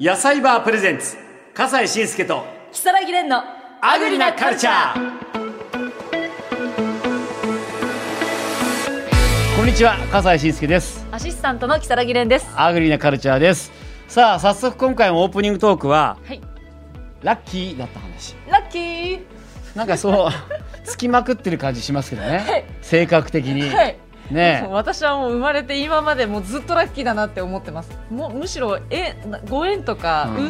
野菜バープレゼンツ笠西慎介と木更木蓮のアグリなカルチャーこんにちは笠西慎介ですアシスタントの木更木蓮ですアグリなカルチャーですさあ早速今回もオープニングトークははいラッキーだった話ラッキーなんか そうつきまくってる感じしますけどね、はい性格的に、はいねえ私はもう生まれて今までもうずっとラッキーだなって思ってますもうむしろえなご縁とかうん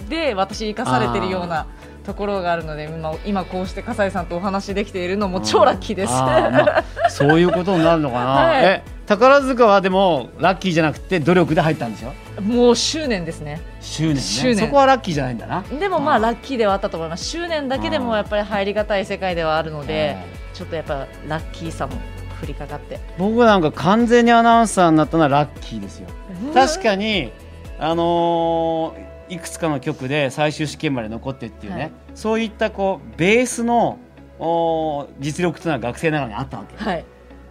運で私生かされてるようなところがあるので今今こうして笠井さんとお話できているのも超ラッキーです、あーまあそういうことになるのかな、 はいえ宝塚はでもラッキーじゃなくて努力で入ったんでしょ もう執念ですね執念ね執念そこはラッキーじゃないんだなでもまあうんラッキーではあったと思います執念だけでもやっぱり入りがたい世界ではあるのでちょっとやっぱラッキーさも降りかかって僕なんか完全にアナウンサーになったのはラッキーですよ確かにあのーいくつかの局で最終試験まで残ってっていうね、はいそういったこうベースのおー実力というのは学生ながらにあったわけはい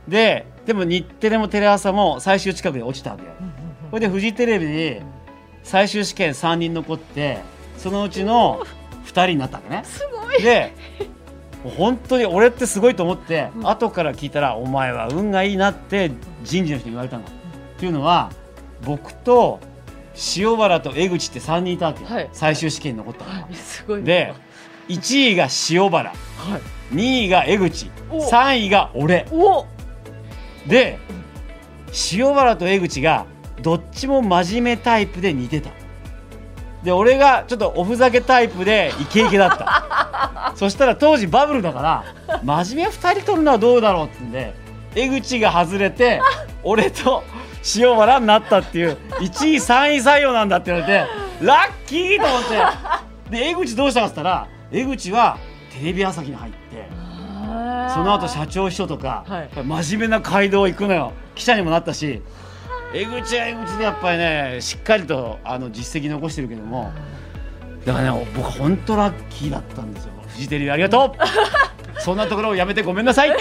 ででも日テレもテレ朝も最終近くで落ちたわけよそれでフジテレビに最終試験3人残ってそのうちの2人になったわけねすごいでもう本当に俺ってすごいと思って、うん後から聞いたらお前は運がいいなって人事の人に言われたの。っていうのは僕と塩原と江口って3人いたわけよ、はい最終試験に残ったのが。すごいで1位が塩原はい、 2位が江口お3位が俺おで塩原と江口がどっちも真面目タイプで似てたで俺がちょっとおふざけタイプでイケイケだったそしたら当時バブルだから真面目2人取るのはどうだろうってんで江口が外れて俺と塩原になったっていう1位3位採用なんだって言われてラッキーと思ってで江口どうしたかっつったら江口はテレビ朝日に入って。そその後社長秘書とか、はい真面目な街道行くのよ記者にもなったし江口は江口でやっぱりねしっかりとあの実績残してるけどもだからね僕本当ラッキーだったんですよフジテレビありがと うそんなところをやめてごめんなさい、い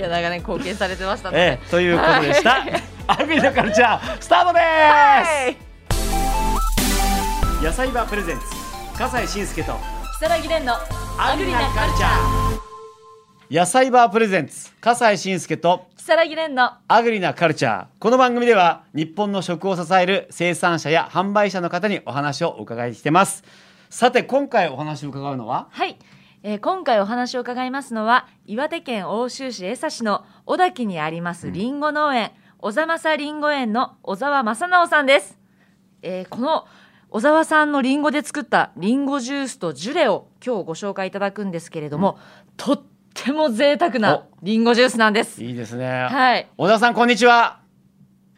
や長年貢献されてましたねええ、ということでしたはい「アルビのカルチャー」スタートではいす野菜バープレゼンツ笠西慎介と如月蓮のアグリなカルチャャー野菜バープレゼンツ笠西慎介と如月蓮のアグリなカルチャー。この番組では日本の食を支える生産者や販売者の方にお話をお伺いしてます。さて今回お話を伺うのははい、えー今回お話を伺いますのは岩手県奥州市江差市の小滝にありますりんご農園、小沢正りんご園の小沢正直さんです、えーこの小沢さんのりんごで作ったりんごジュースとジュレを今日ご紹介いただくんですけれども、とっても贅沢なりんごジュースなんですいいですね。はい小沢さんこんにちは。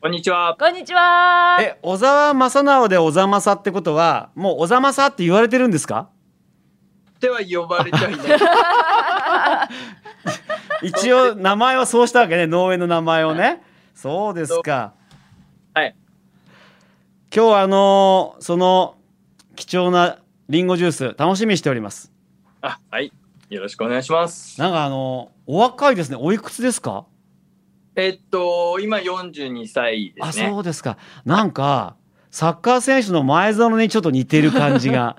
こんにちは。こんにちはえ小沢正直で小沢正ってことはもう小沢正って言われてるんですか？では呼ばれてはいない。一応名前はそうしたわけね農園の名前をね。そうですか。 はい。今日はあのーその貴重なリンゴジュース楽しみにしております。あ、はい。よろしくお願いします。なんかあのお若いですね。おいくつですか？えっと、今42歳であ、すねそ。うですか。なんかサッカー選手の前園にちょっと似てる感じ が。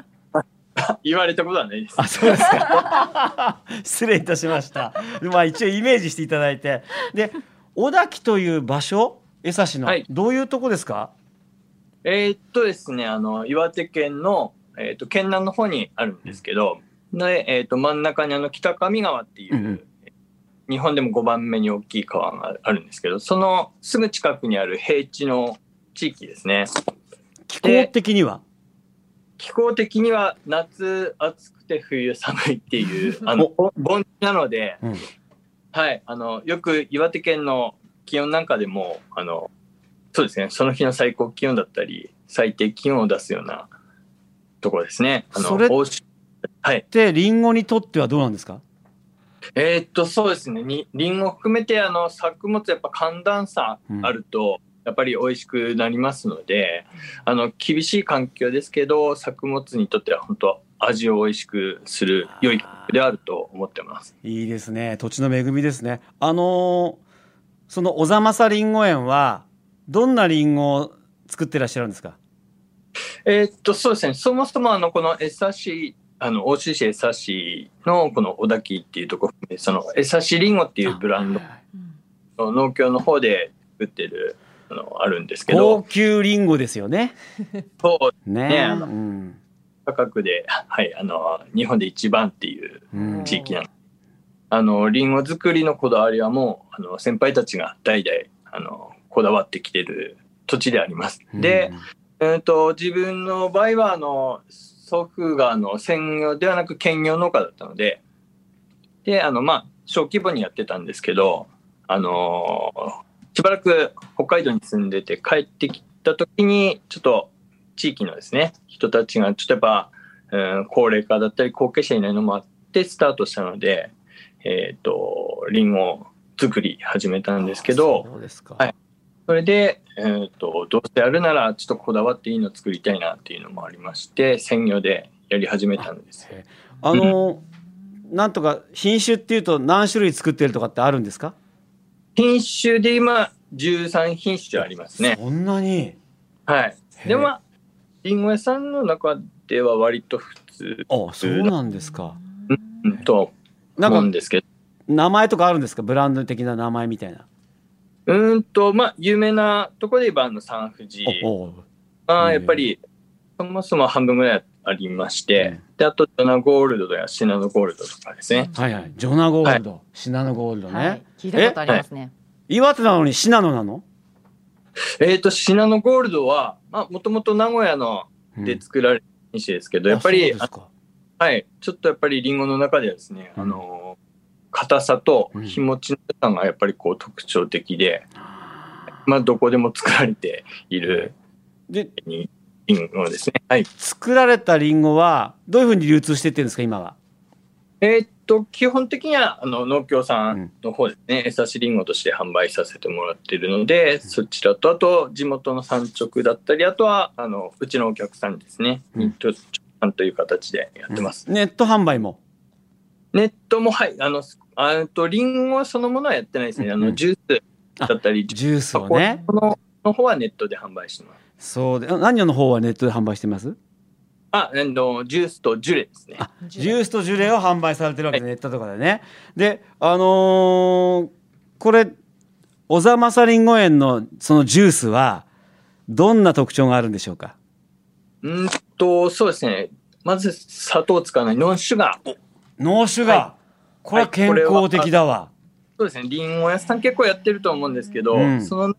言われたことはないです。あ、そうですか。失礼いたしました。まあ一応イメージしていただいて、で小滝という場所、江差の、はいどういうとこですか？えっとですね、あの、岩手県の、えっと、県南の方にあるんですけど、で、えっと、真ん中にあの、北上川っていう、うんうん日本でも5番目に大きい川があるんですけど、そのすぐ近くにある平地の地域ですね。気候的には。気候的には夏暑くて冬寒いっていう、あ の、盆地なので、うんはい、あのよく岩手県の気温なんかでもあのそうですねその日の最高気温だったり最低気温を出すようなところですね。あのそれ欧州はい、でリンゴにとってはどうなんですか？えーっとそうですねにりんご含めてあの作物やっぱ寒暖差あると、やっぱり美味しくなりますのであの厳しい環境ですけど作物にとっては本当味を美味しくする良いであると思ってます。いいですね。土地の恵みですね。あのーその小ざまさりんご園はどんなりんごを作ってらっしゃるんですか？えーっと、そうですね。そもそも、あの、この江差し、あの、OC 市江差しの、この小田木っていうところ含め、その、江差しりんごっていうブランドうんの農協の方で作ってる、あの、あるんですけ高ど、級リンゴですよね。そう、ねねえうん価格で、はい、あの、日本で一番っていううん地域なの。あの、りんご作りのこだわりはもう、あの、先輩たちが代々、あの、こだわってきてる土地であります。で、うんと自分の場合はあの祖父があの専業ではなく兼業農家だったのでであのまあ小規模にやってたんですけどあのしばらく北海道に住んでて帰ってきた時にちょっと地域のですね人たちがちょっとやっぱ、うん、高齢化だったり後継者いないのもあってスタートしたのでえっ、とりんご作り始めたんですけど。そうですか。はいそれで、えー、とどうせやるならちょっとこだわっていいの作りたいなっていうのもありまして専業でやり始めたんですよあのなんとか品種っていうと何種類作ってるとかってあるんですか？品種で今13品種ありますねそんなに。はいへえでもまありんご屋さんの中では割と普通あ、そうなんですか。うんとな思うんんかですけど名前とかあるんですか？ブランド的な名前みたいな。うーんとまあ有名なところで言えばあの三富士おお。まうんあやっぱりそもそも半分ぐらいありまして、うんであとドナゴールドやシナノゴールドとかですねはいはい。ジョナゴールド、シナノゴールドね。はい、聞いたことありますね。岩手なのに信濃なの？えっ、とシナノゴールドはまあもともと名古屋ので作られた品種ですけど、やっぱりあそうですかはい、ちょっとやっぱりリンゴの中ではですね、うんあの硬さとうん日持ちの良さがやっぱりこう特徴的で、まあどこでも作られているでリンゴですね。はい。作られたリンゴはどういうふうに流通してってるんですか今は？えーっと基本的にはあの農協さんの方ですね、江差しリンゴとして販売させてもらってるので、そちらとあと地元の産直だったり、あとはあのうちのお客さんですね、うんに直販という形でやってます。ネット販売も。ネットもはい、あの、すあえっとリンゴそのものはやってないですね。あうんうのんジュースだったり、ジュースを箱ね。のの方はネットで販売してます。そうで、何の方はネットで販売してます？あ、えっとジュースとジュレですね。あジュースとジュレを販売されてるわけで、ネットとかでね。で、あのーこれ小沢正りんご園のそのジュースはどんな特徴があるんでしょうか？うんとそうですね。まず砂糖を使わないノンシュガー。ノーシュガー、はこれは健康的だわ。そうですね。リンゴ屋さん結構やってると思うんですけど、うんその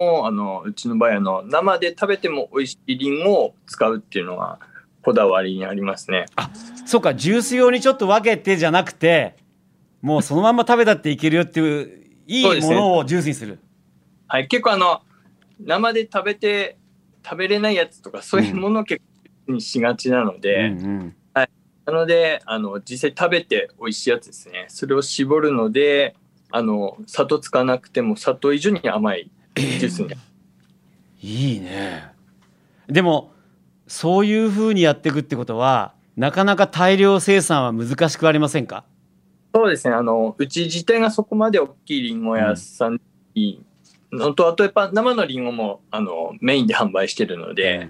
もあのうちの場合あの生で食べても美味しいリンゴを使うっていうのがこだわりにありますね。そうか、ジュース用にちょっと分けてじゃなくて、もうそのまんま食べたっていけるよっていういそういですもねのをジュースにする。はい、結構あの生で食べて食べれないやつとかそういうものを結構にしがちなので、うんうんなのであの実際食べて美味しいやつですねそれを絞るのであの砂糖使わなくても砂糖以上に甘いジュースになる、いいね。でもそういうふうにやっていくってことは、なかなか大量生産は難しくありませんか。そうですねあのうち自体がそこまで大きいりんご屋さんにのとあとやっぱ生のりんごもあのメインで販売してるので、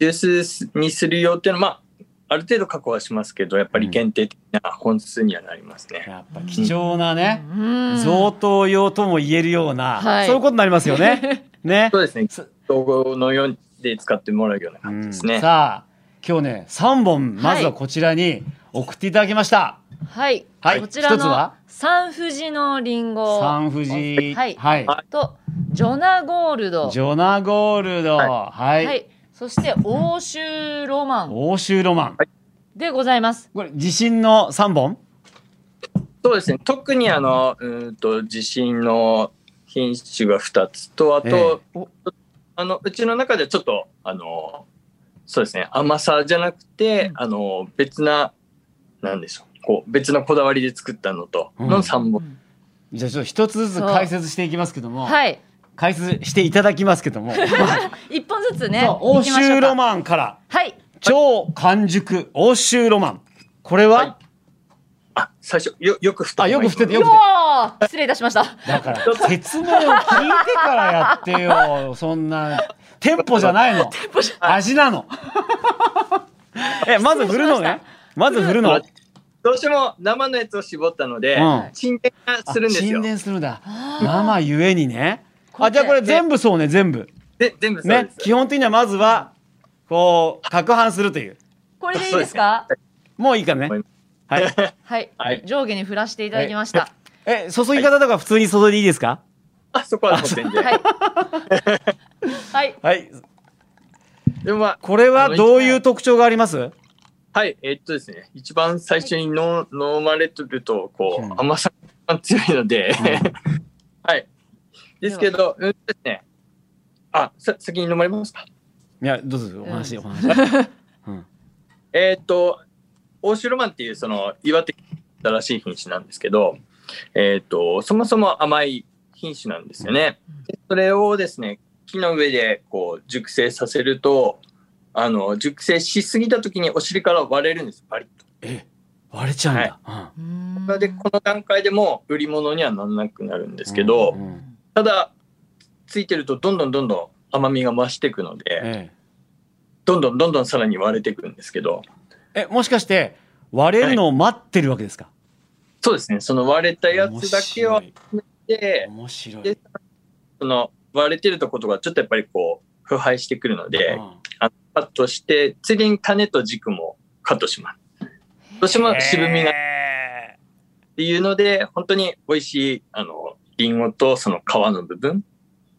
ジュースにするよっていうのは、まあ、ある程度確保はしますけどやっぱり限定的な本数にはなりますね。やっぱ貴重なね、うん贈答用とも言えるような、はいそういうことになりますよ ね。ね。そうですねそ。統合のようで使ってもらうような感じですね。うんさあ今日ね3本まずはこちらに送っていただきました。はい、はいこちら一つのは三富士のリンゴ三富士、はいはいはとジョナゴールドジョナゴールド、はい、はい、そして欧州ロマン欧州ロマン。でございます。これ地震の三本。そうですね。特にあの、うーんと、地震の品種が2つと、あと、あの、うちの中ではちょっと、あの、そうですね。甘さじゃなくて、あの、別な、なんでしょう。こう、別のこだわりで作ったのと、うんの3本。じゃあちょっと一つずつそう解説していきますけども、はい、解説していただきますけども、一本ずつね。 そう行欧きましょ州うかロマンからはい、超完熟欧州ロマン。これは、はいあ、最初、よ、よく振ったあ方がいいよく振っててようく振ってわー失礼いたしました。だから説明を聞いてからやってよ。そんな店舗じゃないのテンポじゃ味なのえまず振るのねまず振るのあどうしても生のやつを絞ったので、うん沈殿がするんですよ沈。殿するんだあー生ゆえにねあじゃあこれ全部そうね全部で全部そうねです。基本的にはまずはこう攪拌するというこれでいいですかもういいからねはいはい、はい上下に振らせていただきましたえ注ぎ方とか普通に注いでいいですかあそこは取ってんで。 はいはいはいでもまあこれはどういう特徴がありますはい、えっとですね、一番最初に飲飲まれてると、こうんう、甘さが強いので、 はい。ですけど、うんですね。あ、さ先に飲まれますかいやどうぞお話うお話えっと、オーシュロマンっていう、その、岩手県らしい品種なんですけど、えっと、そもそも甘い品種なんですよね。でそれをですね、木の上で、こう、熟成させると、あの、熟成しすぎた時にお尻から割れるんです、パリッと。え割れちゃうんだうんうーんなのでこの段階でもう売り物にはならなくなるんですけど、うんうんただついてるとどんどんどんどん甘みが増していくので、えどんどんどんどんさらに割れていくんですけどええもしかして割れるのを待ってるわけですかそうですねその割れたやつだけを面白い集めて面白いでその割れてるとことがちょっとやっぱりこう腐敗してくるので、うんカットしてついでに種と軸もカットします。どうしても渋みがっえていうので本当に美味しいあのリンゴとその皮の部分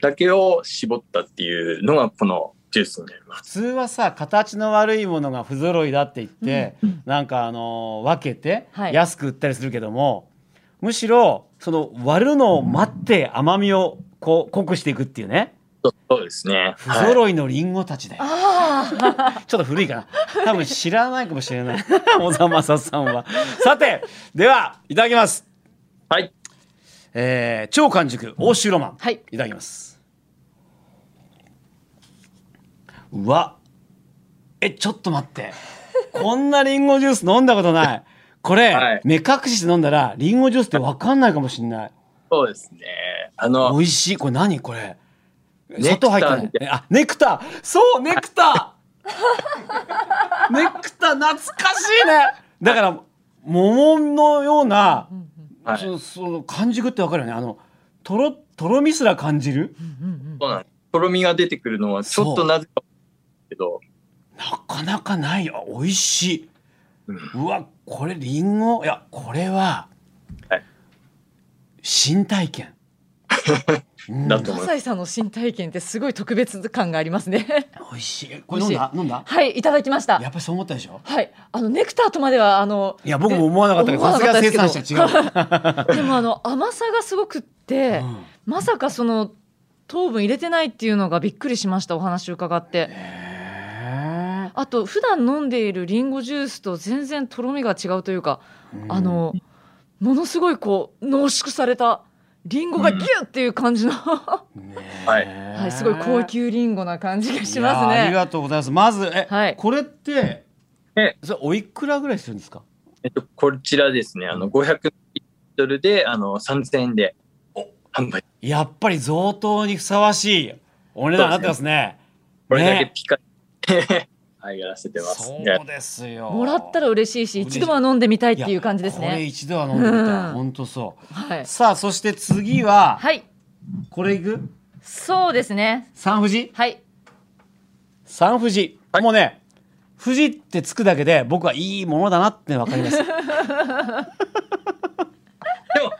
だけを絞ったっていうのがこのジュースになりますー普通はさ形の悪いものが不揃いだって言って、なんかあのー分けてはい安く売ったりするけども、むしろその割るのを待って甘みをこう濃くしていくっていうねそうそうですね。不揃いのリンゴたちだよ、ああちょっと古いかな多分知らないかもしれない 小沢正さんはさてではいただきます、はい。はい。えー超完熟欧州ロマン、はいいただきますうわえちょっと待 ってこんなリンゴジュース飲んだことないこれ、はい目隠しして飲んだらリンゴジュースって分かんないかもしんないそうですね。あの、美味しいこれ何これネ砂ク糖ター入ってないえあネクターそうネクタ ーネクター懐かしいねだから桃のような、はそい、そうのその完熟って分かるよねあのとろとろみすら感じるなんです。とろみが出てくるのはちょっとなぜかけど、なかなかないよ美味しい、うわこれりんごいやこれは、はい新体 験うんだと思いま笠す。井さんの新体験ってすごい特別感がありますね美味しいこれ飲んだ飲んだはいいただきましたやっぱりそう思ったでしょはいあのネクターとまではあのいや僕も思わなかったけど思さすわなかがったで生すけど産者違うでもあの甘さがすごくって、うんまさかその糖分入れてないっていうのがびっくりしましたお話伺ってへあと普段飲んでいるリンゴジュースと全然とろみが違うというか、うんあのものすごいこう濃縮されたリンゴがギュッっていう感 じの、はーねはいえい、すごい高級リンゴな感じがしますいやありね。がとうございますまずえ、はいこれってえそれおいくらぐらいするんですかえっと、こちらですね、あの、500リットルで、あの、3000円で販売。やっぱり贈答にふさわしいお値段になってますねこれだけねピカッ、 はい、やらせてます。そうですよもらったら嬉しいし嬉しい一度は飲んでみたいっていう感じですいやこれね。一度は飲んでみたういん本当そうはい、さあそして次ははい、これいくそうですね。三富士はい、三富士、はいもうね富士ってつくだけで僕はいいものだなってわか りますでも、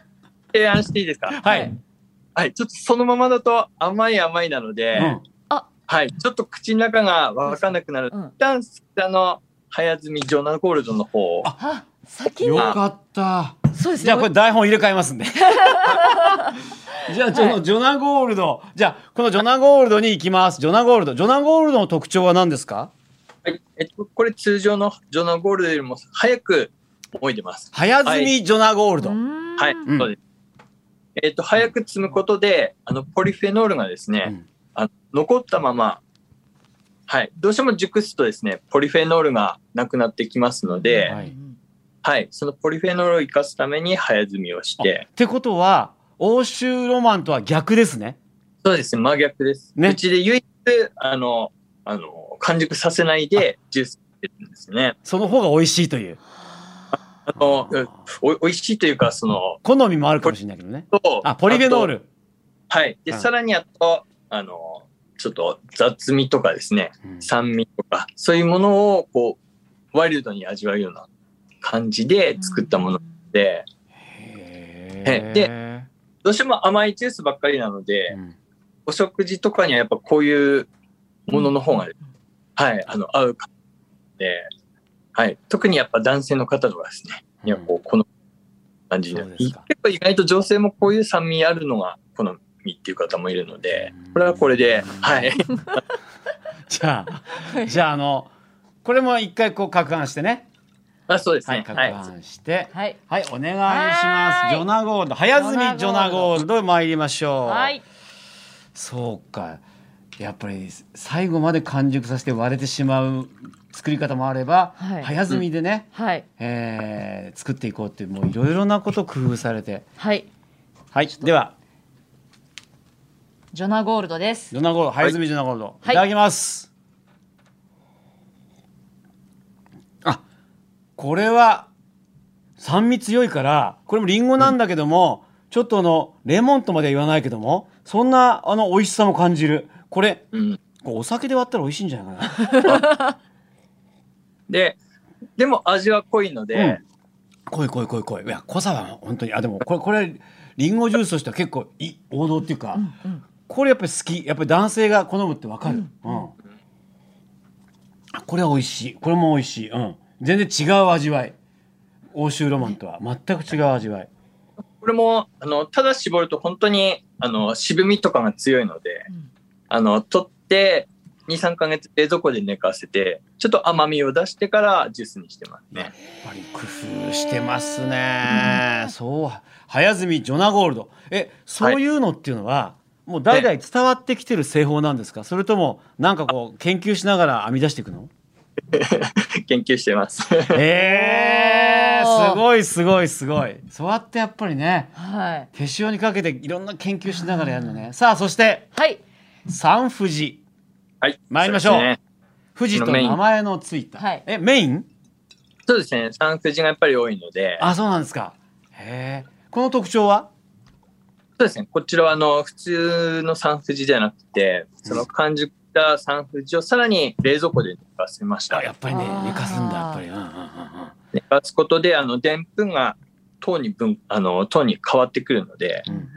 提案していいですかはい、はいはい、ちょっとそのままだと甘い甘いなので、うんはい、ちょっと口の中がわかんなくなる。うん一旦、あの、早摘みジョナゴールドの方を。あ、先よにかったそうですね。じゃあこれ台本入れ替えますん でじゃあこはのジョナゴールドじゃあこのジョナゴールドに行きますジョナゴールドジョナゴールドの特徴は何ですかはい、えっと、これ通常のジョナゴールドよりも早く覚えてます。早摘みジョナゴールド、うーんはい、んそうです。えっと、早く摘むことで、あの、ポリフェノールがですね、うんあの残ったまま、はい、どうしても熟すとですね、ポリフェノールがなくなってきますので、ははいい、そのポリフェノールを生かすために早摘みをしてっ、てことは欧州ロマンとは逆ですねそうですね、真逆です。ねうちで唯一あのあの完熟させないでジュースしてるんですね。その方が美味しいというあのおおいしいというかその好みもあるかもしれないけどねとあポリフェノールあとはいで、うんさらにあとあのちょっと雑味とかですねうん酸味とかそういうものをこうワイルドに味わうような感じで作ったもので、へーどうしても甘いジュースばっかりなので、うんお食事とかにはやっぱこういうものの方が、うんはいあの合うかで、はい、特にやっぱ男性の方とかですね、いやこうこの感じでそうです結か構意外と女性もこういう酸味あるのが好みっていう方もいるのでうんこれはこれではいじゃあじゃああのこれも一回こう攪拌してねあそうですはいね攪はい、拌してはい。はい、お願いします。はーいジョナゴールド、早摘みジジョョナナゴゴールド参りましょう。はい。そうか。やっぱり最後まで完熟させて割れてしまう作り方もあれば、はい早摘みでね、はい。えー作っていこうっていうもういろいろなこと工夫されて。はい。はい、ではジョナゴールドですジ。ョナゴールド、早摘みジョナゴールド、はいい、ただきます。あ、これは酸味強いから、これもリンゴなんだけども、ちょっとあのレモンとまでは言わないけども、そんなあの美味しさも感じる。これ、うん、これお酒で割ったら美味しいんじゃないかな。ででも味は濃いので、うん濃い濃い濃い濃い。いや、濃さは本当に、あ、でもこれこれリンゴジュースとしては結構い王道っていうか、うん。これやっぱり好き、やっぱり男性が好むってわかる。うん。あこれは美味しい。これも美味しい。うん。全然違う味わい。欧州ロマンとは全く違う味わい。これもあのただ絞ると本当にあの渋みとかが強いのでうんあの取って23ヶ月冷蔵庫で寝かせてちょっと甘みを出してからジュースにしてますね。やっぱり工夫してますね。そう。早摘みジョナゴールド。え、そういうのっていうのは、もう代々伝わってきてる製法なんですかそれともなんかこう研究しながら編み出していくの研究してます。 えー、すごいすごいすごい。そうやってやっぱりね、はい。手塩にかけていろんな研究しながらやるのね。さあそしてはい。三富士はい。参りましょうそうですね。富士と名前のついた。はいえメイン？そうですね産婦人がやっぱり多いので、あそうなんですか。へえ。この特徴は？そうですね。こちらはあの普通の産婦人じゃなくて、その完熟した産婦人をさらに冷蔵庫で寝かせましたあ。やっぱりねあー寝かすんだやっぱり。うんうんうんうん。寝かすことであの澱粉が糖に分あの糖に変わってくるので、うん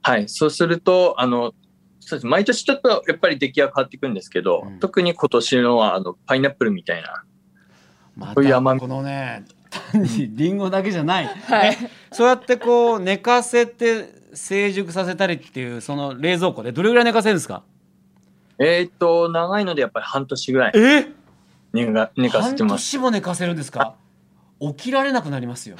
はい、そうすると、あの、そうです。毎年ちょっとやっぱり出来が変わっていくんですけど、うん特に今年のは、あの、パイナップルみたいな。まこういう甘たみこのね単にリンゴだけじゃない。はいえそうやってこう寝かせて成熟させたりっていうその冷蔵庫でどれぐらい寝かせるんですか？えっ、と、長いのでやっぱり半年ぐらいえ？寝が寝かせ半てます。年も寝かせるんですか起きられなくなり ますよ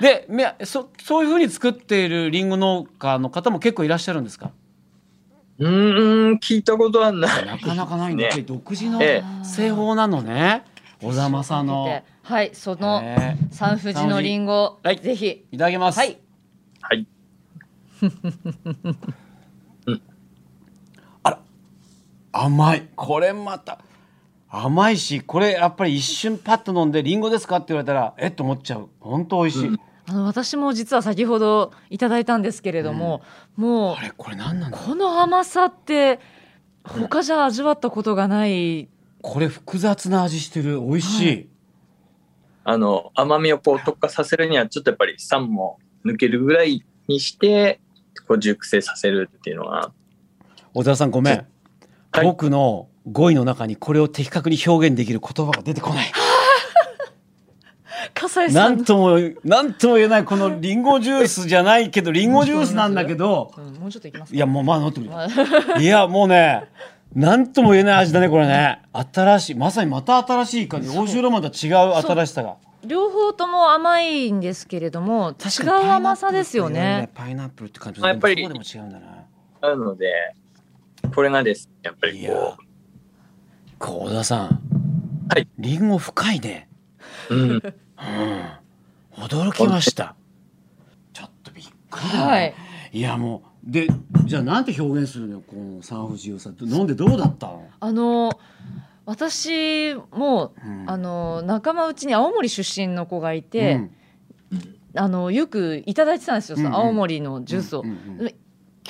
でめそそういうふうに作っているりんご農家の方も結構いらっしゃるんですかうーん、聞いたことはない。なかなかないんで、ねやっぱり独自のえ製法なのね小ま沢さんの、はい、そのね三富士のリンゴ、はいぜひ。いただきます、はい。はい。甘いこれまた甘いしこれやっぱり一瞬パッと飲んでりんごですかって言われたらえっと思っちゃう本当美味しい、うんあの私も実は先ほどいただいたんですけれども、もうあれこれ何なんだこの甘さって他じゃ味わったことがない。これ複雑な味してる美味しい、あの、甘みをこう特化させるには、ちょっとやっぱり酸も抜けるぐらいにして、こう熟成させるっていうのが。小沢さんごめん、はい僕の語彙の中にこれを的確に表現できる言葉が出てこない笠な井さんん。ともなんとも言えないこのリンゴジュースじゃないけどリンゴジュースなんだけどうん、もうちょっといきますか。いやもうまあ乗ってくまあれいやもうねなんとも言えない味だねこれね新しいまさにまた新しい感じ欧州ロマンとは違う新しさが 両方とも甘いんですけれども、違う甘さですよね。パイナップルって感じあやっぱりでもそうでも違うんだななので、これがですね、やっぱりいやここう小田さんはいリンゴ深いねう、うん、うん、驚きました。ちょっとびっくりだね、はいいやもでじゃあなんて表現するのよこの産婦人科さ飲んでどうだったの、あの私もうんあの仲間うちに青森出身の子がいて、うんあのよくいただいてたんですよ、そのうんうん青森のジュースを、うんうんで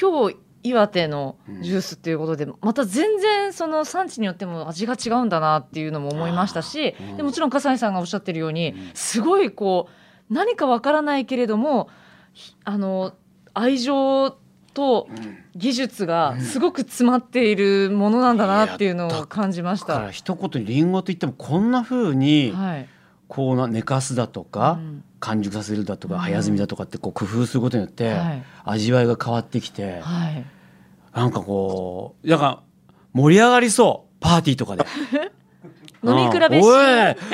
今日岩手のジュースっていうことで、また全然その産地によっても味が違うんだなっていうのも思いましたし、あーうんでもちろん笠井さんがおっしゃってるように、うんすごいこう何かわからないけれどもひあの愛情とうんうん技術がすごく詰まっているものなんだなっていうのを感じましだかたら。一言にリンゴといってもこんな風にはい、こうな寝かすだとうかん完熟させるだとうかん早摘みだとかってこう工夫することによってはい味わいが変わってきてはい、なんかこうなんか盛り上がりそうパーティーとかで飲み比べうんしお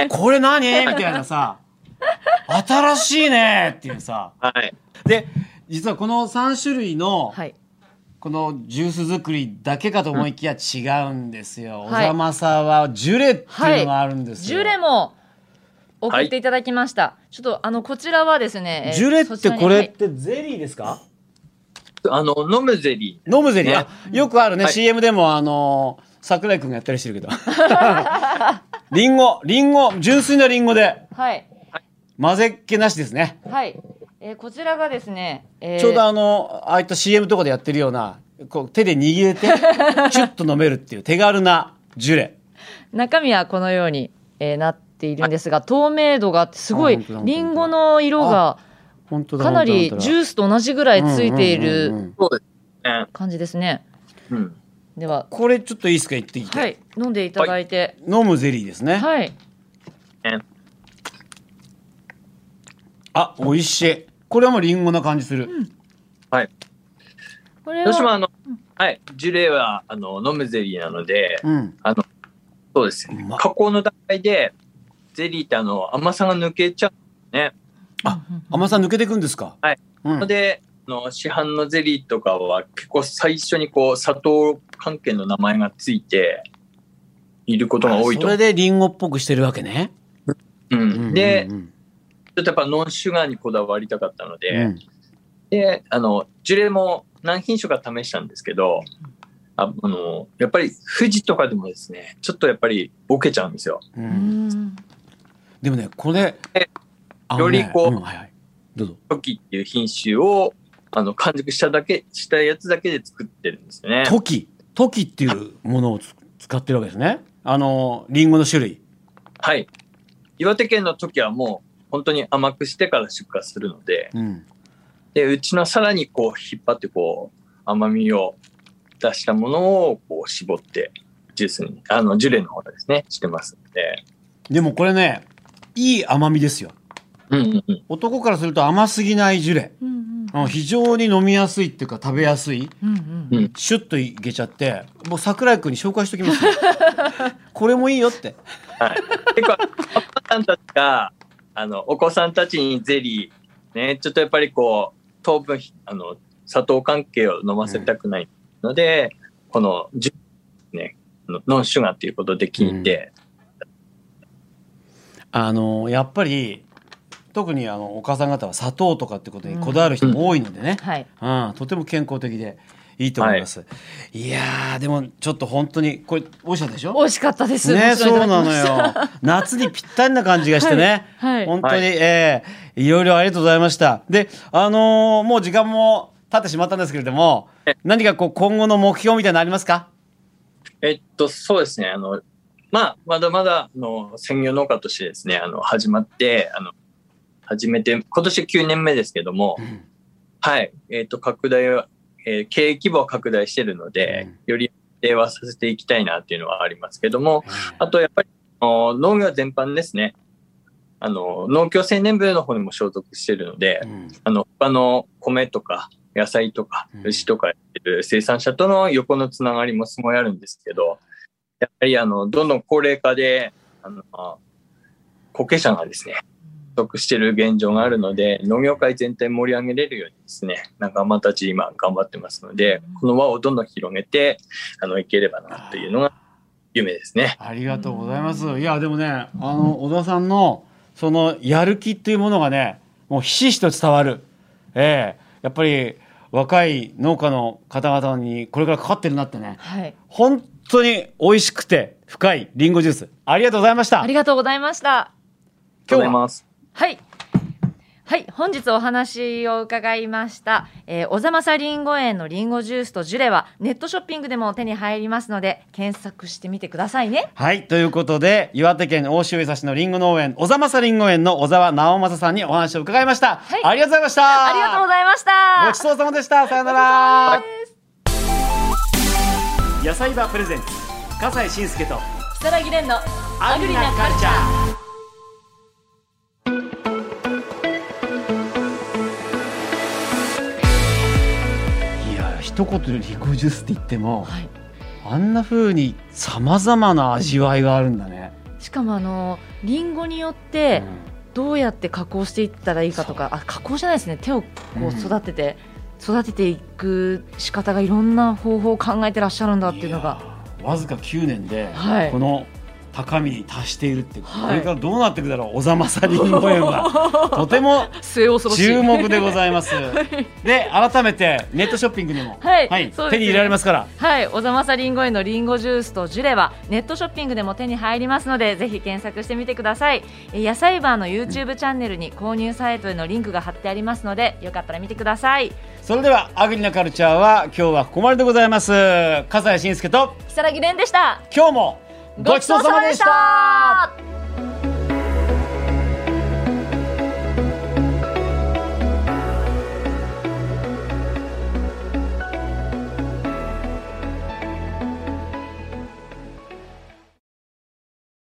いこれ 何みたいなさ新しいねっていうさはい。で実はこの3種類のはい、このジュース作りだけかと思いきや違うんですよ。はおいざまさはジュレっていうのがあるんですジよ。ュレも送っていただきました。ちょっとあのこちらはですね、えージュレっそてちらにこはれいってゼリーですか？あの、飲むゼリ飲むゼリー。あよくあるね、はい CM でもあのー桜井くんがやったりしてるけ ど。リンゴ、リンゴ、純粋なリンゴではい混ぜっ気なしですね。はい、えーこちらがですね、えーちょうどあのああいった CM とかでやってるような、こう手で握 れてチュッと飲めるっていう手軽なジュレ。中身はこのように、えーなっているんですが、透明度がすごあい本当だ本当だリンゴの色が本当だ。かなり本当ジだュースと同じぐらいついていうんうんうんうるんー。感じですね。うん。では、これちょっといいですか言ってきて。はい、飲んでいただいて、飲むゼリーですね。はい、あ、美味しい。これはもうリンゴな感じする。これどうしてもはあの、はい、ジュレは、あの、飲むゼリーなので、うん。そうですうねまっ。加工の段階で、ゼリーってあの、甘さが抜けちゃうね。あ甘さ抜けていくんですか。はい。うんの。で、あの市販のゼリーとかは結構最初にこう、砂糖関係の名前がついていることが多いそと。れでリンゴっぽくしてるわけね。うん、で、うちんうんょっとやっぱノンシュガーにこだわりたかったので、うんで、あの、樹齢も何品種か試したんですけど、ああの、やっぱり富士とかでもですね、ちょっとやっぱりボケちゃうんですよ。うんうんでもね、これえ。あのねよりこうんはいはい。どうぞ。トキっていう品種を、あの、完熟しただけ、したやつだけで作ってるんですよね。トキ、トキっていうものをつ使ってるわけですね。あのリンゴの種類。はい。岩手県の時はもう、本当に甘くしてから出荷するので、うん。で、うちのさらにこう、引っ張ってこう、甘みを出したものを、こう、絞って、ジュースに、あの、ジュレの方ですね、してますので。でもこれね、いい甘みですよ。うんうんうん。男からすると甘すぎないジュレ。うんうんうん非常に飲みやすいっていうか食べやすい。うんうんシュッといけちゃってもう桜井君に紹介しとき ますよこれもいいよってはい、結構パパさんたちがあのお子さんたちにゼリーねちょっとやっぱりこう糖分あの砂糖関係を飲ませたくないので、このジュねあのノンシュガーっていうことで聞いて、あのやっぱり特にあのお母さん方は砂糖とかってことにこだわる人も多いのでね、はい、うんとても健康的でいいと思います、い、やーでもちょっと本当にこれ美味しかったでし美ょ味しかったです。ねもちろそんいうただなきのましたよ夏にぴったりな感じがしてね、 はいはい本当に、はいえーいろいろありがとうございましたであのーもう時間も経ってしまったんですけれどもえ何かこう今後の目標みたいなのありますかえっとそうですねあのまあまだまだあの専業農家としてですねあの始まってあの始めて今年9年目ですけども、んはいえっと拡大は、えー経営規模は拡大してるので、うんより平和させていきたいなっていうのはありますけどもあとやっぱりあの農業全般ですねあの農協青年部の方にも所属してるので、うんあの他の米とか野菜とかうん牛とかやってる生産者との横のつながりもすごいあるんですけどやっぱりあのどんどん高齢化であの後継者がですね不足してる現状があるので農業界全体盛り上げれるようにですね仲間たち今頑張ってますのでこの輪をどんどん広げてあのいければなというのが夢ですね。ありがとうございます。いやでもね、あの小田さんのそのやる気っていうものがね、もうひしひしと伝わる。ええやっぱり若い農家の方々にこれからかかってるなってねはい。本当に美味しくて深いリンゴジュースありがとうございましたありがとうございました。とうございはます。はい。はい。本日お話を伺いました。えー、小ざまさりんご園のりんごジュースとジュレはネットショッピングでも手に入りますので、検索してみてくださいね。はい。ということで、岩手県奥州江差しのりんご農園、小沢さりんご園の小沢直正さんにお話を伺いました。はいありがとうございました。ありがとうございました。ごちそうさまでした。さよなごちそうさらま。です野菜場プレゼンツ、笠西慎介と如月蓮のアグリなカルチャー。ャー。いや一言でリンゴジュースって言っても、はい。あんな風にさまざまな味わいがあるんだね。しかもあのリンゴによってうんどうやって加工していったらいいかとか、あ加工じゃないですね手をこうんう育てて、育てていく仕方がいろんな方法を考えてらっしゃるんだっていうのがいやーわずか9年で、はいこの高みに達しているっていう、はいこれからどうなっていくだろう小ざまさりんご園 はとても末恐ろしい注目でございますで改めてネットショッピングにも、はいそうですね手に入れられますから はい、小ざまさりんご園のりんごジュースとジュレはネットショッピングでも手に入りますのでぜひ検索してみてくださいえー野菜バーの YouTube チャンネルに購入サイトへのリンクが貼ってありますのでよかったら見てくださいそれでは「アグリなカルチャー」は今日はここまででございます笠谷慎介と如月蓮でした今日もごちそうさまでしたた